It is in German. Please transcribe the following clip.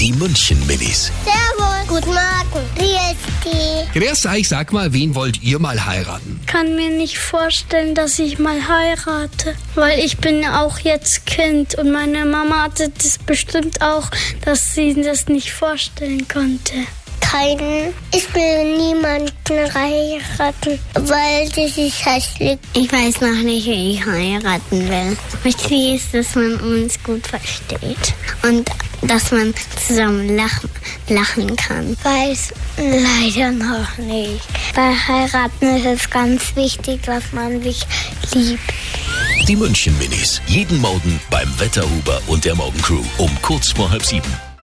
Die München Minis. Servus. Guten Morgen. Grüß Grüß euch, sag mal, wen wollt ihr mal heiraten? kann mir nicht vorstellen, dass ich mal heirate, weil ich bin auch jetzt Kind und meine Mama hatte das bestimmt auch, dass sie das nicht vorstellen konnte. Keinen. Ich will niemanden heiraten, weil das ist hässlich. Ich weiß noch nicht, wie ich heiraten will. Wichtig ist, dass man uns gut versteht und dass man zusammen lachen, lachen kann. Weiß leider noch nicht. Bei Heiraten ist es ganz wichtig, dass man sich liebt. Die München Minis. Jeden Morgen beim Wetterhuber und der Morgencrew um kurz vor halb sieben.